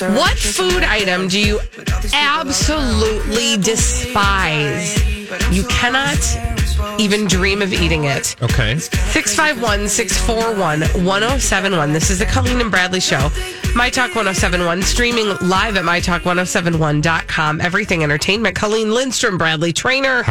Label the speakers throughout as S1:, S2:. S1: What food item do you absolutely despise? You cannot even dream of eating it.
S2: Okay.
S1: 651 641 1071. This is the Colleen and Bradley Show. My Talk 1071, streaming live at mytalk1071.com. Everything Entertainment. Colleen Lindstrom, Bradley Trainer.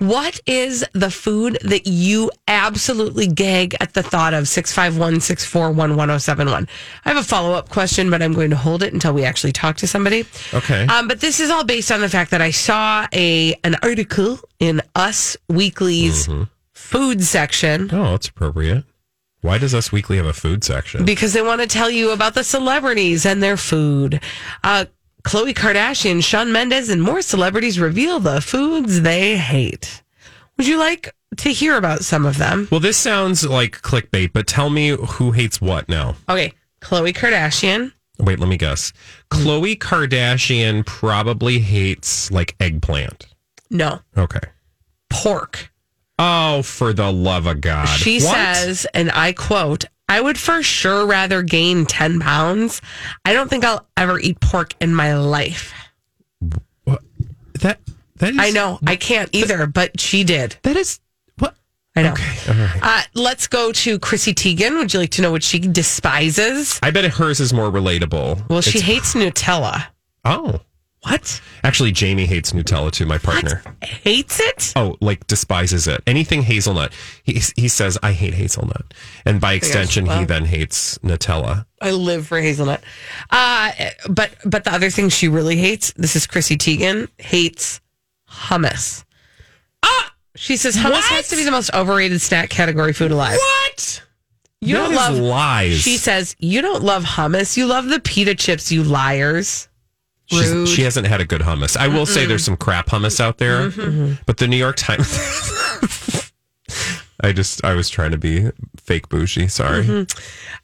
S1: What is the food that you absolutely gag at the thought of? 651 641 1071. I have a follow up question, but I'm going to hold it until we actually talk to somebody.
S2: Okay.
S1: Um, but this is all based on the fact that I saw a an article in Us Weekly's food section
S2: Oh, that's appropriate. Why does Us Weekly have a food section?
S1: because they want to tell you about the celebrities and their food. Uh, Khloe Kardashian, Sean Mendes, and more celebrities reveal the foods they hate. Would you like to hear about some of them?
S2: well, this sounds like clickbait, but tell me who hates what now.
S1: Okay, Khloe Kardashian.
S2: Wait, let me guess. Khloe Kardashian probably hates like eggplant.
S1: No,
S2: Okay.
S1: pork.
S2: Oh, for the love of God.
S1: She
S2: What?
S1: says, and I quote, I would for sure rather gain 10 pounds. I don't think I'll ever eat pork in my life.
S2: that that is
S1: I know I can't either, but she did.
S2: that is what
S1: I know.
S2: Okay. All right.
S1: Uh, let's go to Chrissy Teigen. Would you like to know what she despises?
S2: I bet hers is more relatable.
S1: Well, she
S2: It's-
S1: hates Nutella.
S2: Oh.
S1: What?
S2: Actually, Jamie hates Nutella too, my partner.
S1: Hates it?
S2: Oh, like despises it. Anything hazelnut. He, he says, I hate hazelnut. And by extension, he then hates Nutella.
S1: I live for hazelnut. Uh, but but the other thing she really hates, this is Chrissy Teigen, hates hummus. Ah! She says hummus has to be the most overrated snack category food alive.
S2: What?
S1: You
S2: That
S1: don't
S2: is
S1: love
S2: lies.
S1: She says, You don't love hummus. You love the pita chips, you liars.
S2: She's- she hasn't had a good hummus. I will say there's some crap hummus out there,
S1: Mm-hmm.
S2: but the New York Times. I just, I was trying to be fake bougie. Sorry.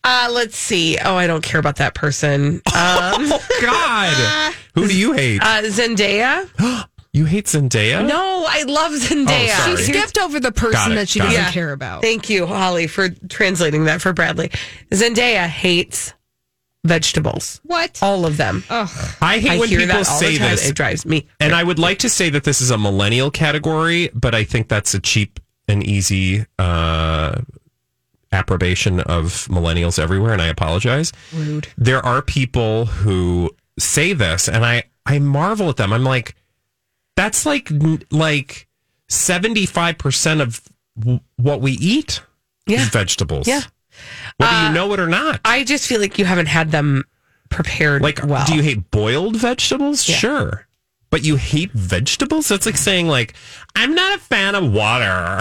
S1: Uh, let's see. Oh, I don't care about that person. Um,
S2: God. Who do you hate?
S1: uh, Zendaya?
S2: you hate Zendaya?
S1: No, I love Zendaya.
S2: Oh, sorry.
S3: She skipped over the person
S2: it,
S3: that she
S2: got
S3: doesn't
S1: it.
S3: care about.
S1: Thank you, Holly, for translating that for Bradley. Zendaya hates vegetables,
S3: What?
S1: all of them.
S3: Oh.
S2: I hate
S1: I
S2: when
S1: hear
S2: people
S1: that all
S2: say
S1: the time.
S2: this.
S1: It drives me.
S2: And I would like to say that this is a millennial category, but I think that's a cheap and easy uh, approbation of millennials everywhere. And I apologize. Rude. There are people who say this, and I I marvel at them. I'm like, that's like n- like seventy five percent of w- what we eat.
S1: Yeah.
S2: is vegetables.
S1: Yeah. Uh,
S2: Whether you know it or not.
S1: I just feel like you haven't had them prepared
S2: Like,
S1: well.
S2: do you hate boiled vegetables? Sure. But you hate vegetables? That's like saying, like, I'm not a fan of water.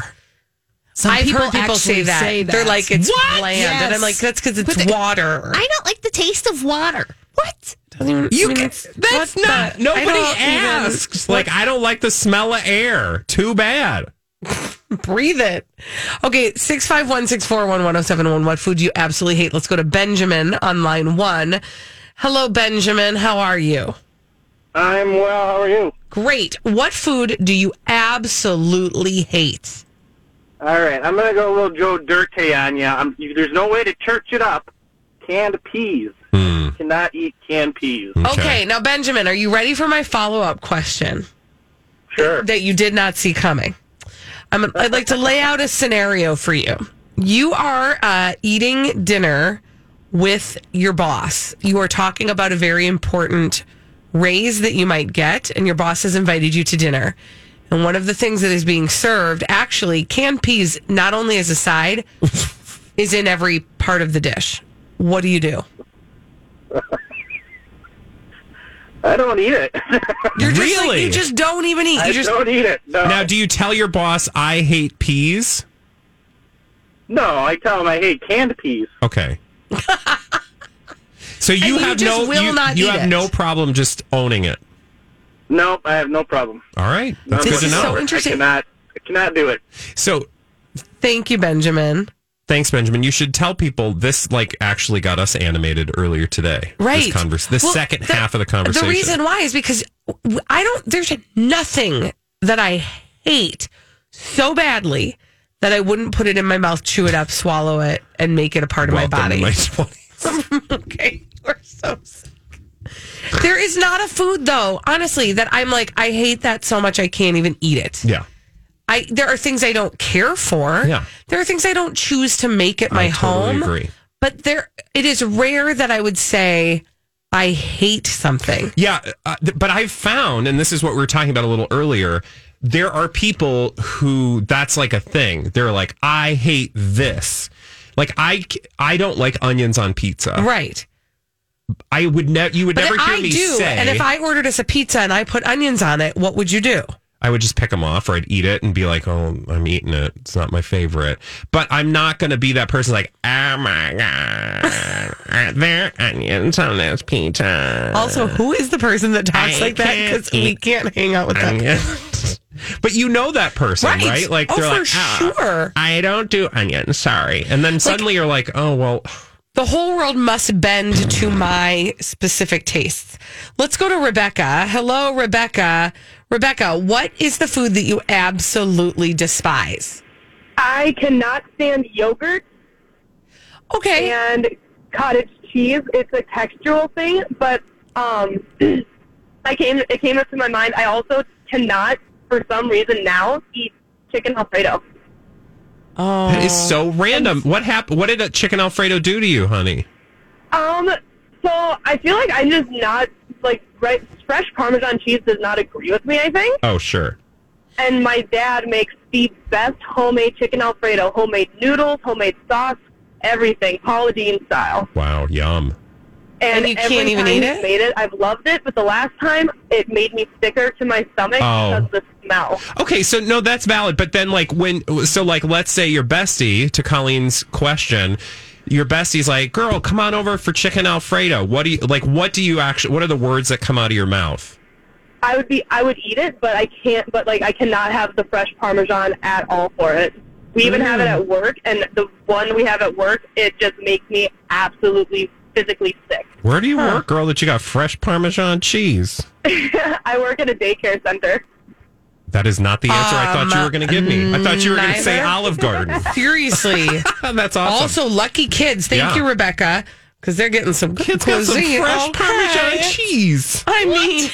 S3: Some
S1: I've heard people say
S3: actually
S1: that. They're like, it's bland. And I'm
S3: Yes.
S1: like, that's because it's
S3: But they-
S1: water.
S3: I don't like the taste of water. What?
S2: You
S1: mean,
S2: can,
S1: it's-
S2: that's
S1: what
S2: not.
S1: the- I
S2: nobody
S1: don't even-
S2: asks. like, I don't like the smell of air. Too bad.
S1: breathe it. Okay, 651-641-1071. What food do you absolutely hate? Let's go to Benjamin on line one. Hello, Benjamin. How are you?
S4: I'm well. How are you?
S1: Great. What food do you absolutely hate?
S4: All right. I'm going to go a little Joe Dirty on ya. I'm, you. There's no way to church it up. Canned peas.
S2: Hmm.
S4: Cannot eat canned peas.
S1: Okay. now Benjamin, are you ready for my follow-up question
S4: Sure.
S1: that you did not see coming? I'm, I'd like to lay out a scenario for you. You are uh, eating dinner with your boss. You are talking about a very important raise that you might get, and your boss has invited you to dinner. And one of the things that is being served actually canned peas, not only as a side, is in every part of the dish. What do you do?
S4: I don't eat it.
S1: You're just like-
S2: Really?
S1: you just don't even eat.
S4: I
S1: You just
S4: don't eat it. No.
S2: Now, do you tell your boss I hate peas?
S4: no, I tell them I hate canned peas.
S2: Okay. so you
S1: you
S2: have
S1: just
S2: no
S1: will
S2: you,
S1: not
S2: you
S1: eat
S2: have
S1: it.
S2: no problem just owning it.
S4: Nope, I have no problem.
S2: All right, that's
S4: I'm
S1: This
S2: good to
S1: is
S4: looking
S1: so
S2: know.
S4: forward.
S1: interesting.
S4: I cannot, I cannot do it.
S2: So,
S1: thank you, Benjamin.
S2: thanks, Benjamin. You should tell people this like actually got us animated earlier today.
S1: Right.
S2: This convers- this
S1: Well,
S2: second
S1: the-
S2: half of the conversation.
S1: The reason why is because w- I don't, there's nothing that I hate so badly that I wouldn't put it in my mouth, chew it up, swallow it, and make it a part
S2: Welcome
S1: of my body.
S2: To my 20s.
S1: okay, you're so sick. There is not a food, though, honestly, that I'm like, I hate that so much I can't even eat it.
S2: yeah.
S1: I There are things I don't care for.
S2: Yeah.
S1: There are things I don't choose to make it my
S2: I totally
S1: home.
S2: agree.
S1: But there, it is rare that I would say, I hate something.
S2: Yeah, uh, th- but I've found, and this is what we were talking about a little earlier. There are people who that's like a thing. They're like, I hate this. Like I, c- I don't like onions on pizza.
S1: Right.
S2: I would never. You would
S1: But
S2: never
S1: if
S2: hear
S1: I
S2: me
S1: do,
S2: say.
S1: and if I ordered us a pizza and I put onions on it, what would you do?
S2: I would just pick them off, or I'd eat it and be like, "Oh, I'm eating it. It's not my favorite." But I'm not going to be that person like, "Oh my god, are there onions on this pizza?"
S1: Also, who is the person that talks
S2: Uh, I
S1: like that?
S2: can't
S1: Because we
S2: eat
S1: can't hang out with them.
S2: onions. but you know that person,
S1: uh, Right.
S2: right? Like
S1: Oh,
S2: they're
S1: for
S2: like, "Ah,
S1: sure."
S2: I don't do onions. Sorry. And then suddenly you're like, "Oh well."
S1: The whole world must bend to my specific tastes. Let's go to Rebecca. Hello, Rebecca. Rebecca, what is the food that you absolutely despise?
S5: I cannot stand yogurt
S1: Okay.
S5: and cottage cheese. It's a textural thing, but um, I came it came up to my mind. I also cannot, for some reason now, eat chicken alfredo.
S1: Oh.
S2: That is so random. What happened? What did a chicken alfredo do to you, honey?
S5: Um, so I feel like I'm just not like right, fresh Parmesan cheese does not agree with me. I think,
S2: Oh, sure.
S5: and my dad makes the best homemade chicken alfredo, homemade noodles, homemade sauce, everything, Paula Dean style.
S2: Wow, yum.
S5: And,
S1: And you
S5: every
S1: can't even
S5: time
S1: eat
S5: he's
S1: it?
S5: Made it. I've loved it, but the last time it made me sicker to my stomach
S2: Oh.
S5: because of the smell.
S2: Okay, so no, that's valid. But then, like, when, so, like, let's say your bestie, to Colleen's question, your bestie's like, girl, come on over for chicken Alfredo. What do you, like, what do you actually, what are the words that come out of your mouth?
S5: I would be, I would eat it, but I can't. But like, I cannot have the fresh Parmesan at all for it. We even have
S1: Mm.
S5: it at work, and the one we have at work, it just makes me absolutely physically sick.
S2: Where do you work, girl, that you got fresh Parmesan cheese?
S5: I work at a daycare center.
S2: That is not the answer I thought you were going to give me. I thought you were going to say
S1: Um, neither.
S2: Olive Garden. Oh,
S1: Seriously.
S2: that's awesome.
S1: also, lucky kids. Thank
S2: Yeah.
S1: you, Rebecca, because they're getting some
S2: it's got some
S1: cuisine.
S2: fresh
S1: Okay.
S2: Parmesan cheese.
S1: I mean,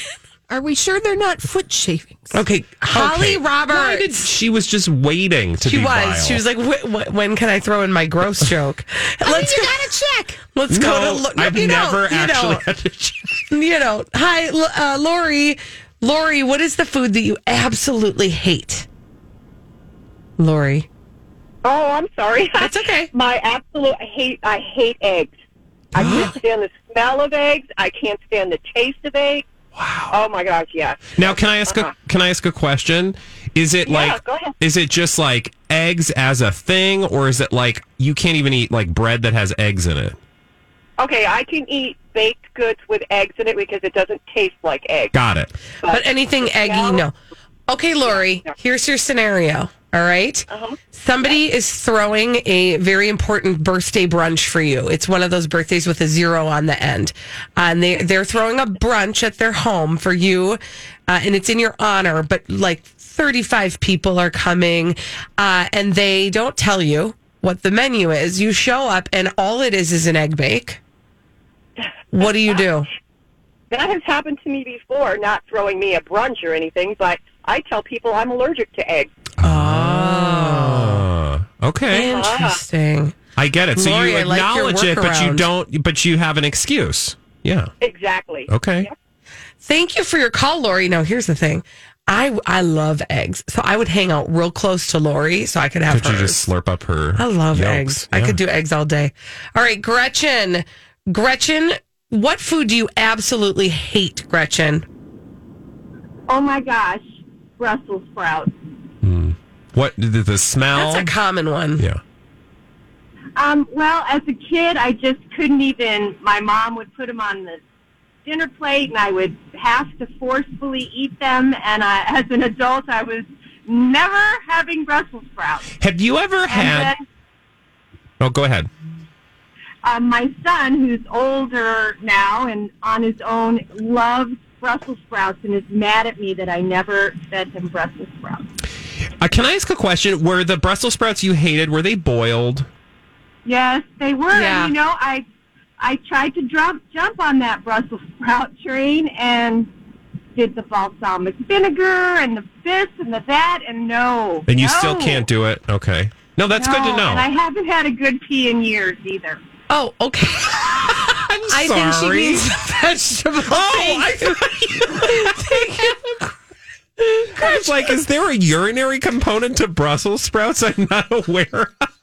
S3: Are we sure they're not foot shavings?
S1: okay, Holly
S2: Okay. Why
S1: Roberts.
S2: did- she was just waiting to
S1: she
S2: be
S1: was.
S2: vile.
S1: She was like, "Wh- wh- "When can I throw in my gross joke?" Let's
S3: you
S1: go.
S3: gotta check.
S1: Let's go to.
S2: no,
S1: Lo-
S2: I've
S1: you don't,
S2: never
S1: you
S2: actually
S1: don't.
S2: had to check.
S1: you know, hi, L- uh, Lori. Lori, what is the food that you absolutely hate? Lori.
S5: Oh, I'm sorry.
S1: That's okay.
S5: my absolute I hate. I hate eggs. I can't stand the smell of eggs. I can't stand the taste of eggs. Wow. Oh my gosh, yes.
S2: Now, can I ask a can I ask a question? Is it
S5: Uh-huh. Yeah,
S2: like
S5: go ahead.
S2: is it just like eggs as a thing, or is it like you can't even eat like bread that has eggs in it?
S5: Okay, I can eat baked goods with eggs in it because it doesn't taste like egg.
S2: Got it.
S1: But anything eggy, no. Okay, Lori, here's your scenario. All right? Somebody is throwing a very important birthday brunch for you. It's one of those birthdays with a zero on the end. And they, they're throwing a brunch at their home for you, uh, and it's in your honor, but like 35 people are coming, uh, and they don't tell you what the menu is. You show up, and all it is is an egg bake. What do you do?
S5: That has happened to me before, not throwing me a brunch or anything, but I tell people I'm allergic to eggs.
S2: Uh, okay.
S1: Interesting.
S2: I get it. So
S1: Lori,
S2: you
S1: I like your
S2: acknowledge it, but you
S1: workaround.
S2: don't. But you have an excuse. Yeah.
S6: Exactly.
S2: Okay.
S1: Thank you for your call, Lori. Now, here's the thing. I, I love eggs. So I would hang out real close to Lori so I could have
S2: Could you
S1: hers.
S2: just slurp up her?
S1: I love
S2: yolks?
S1: eggs. I
S2: Yeah.
S1: could do eggs all day. All right, Gretchen. Gretchen, what food do you absolutely hate, Gretchen?
S5: Oh my gosh, Brussels sprouts.
S2: What the, the smell?
S1: That's a common one.
S2: yeah.
S5: Um, well, as a kid, I just couldn't even. My mom would put them on the dinner plate, and I would have to forcefully eat them. And I, as an adult, I was never having Brussels sprouts.
S2: Have you ever had?
S5: And then
S2: Oh, go ahead.
S5: um, my son, who's older now and on his own, loves Brussels sprouts and is mad at me that I never fed him Brussels sprouts.
S2: Uh, can I ask a question? Were the Brussels sprouts you hated were they boiled?
S5: Yes, they were.
S1: Yeah.
S5: And, you know, I I tried to drop, jump on that Brussels sprout train and did the balsamic vinegar and the this and the that, and no.
S2: And you
S5: no,
S2: still can't do it. Okay. No, that's good to
S5: no.
S2: know.
S5: And I haven't had a good pee in years either.
S1: Oh, okay.
S2: I'm
S1: I
S2: sorry.
S1: think she means the vegetable.
S2: Oh, I I was like, is there a urinary component to Brussels sprouts I'm not aware of?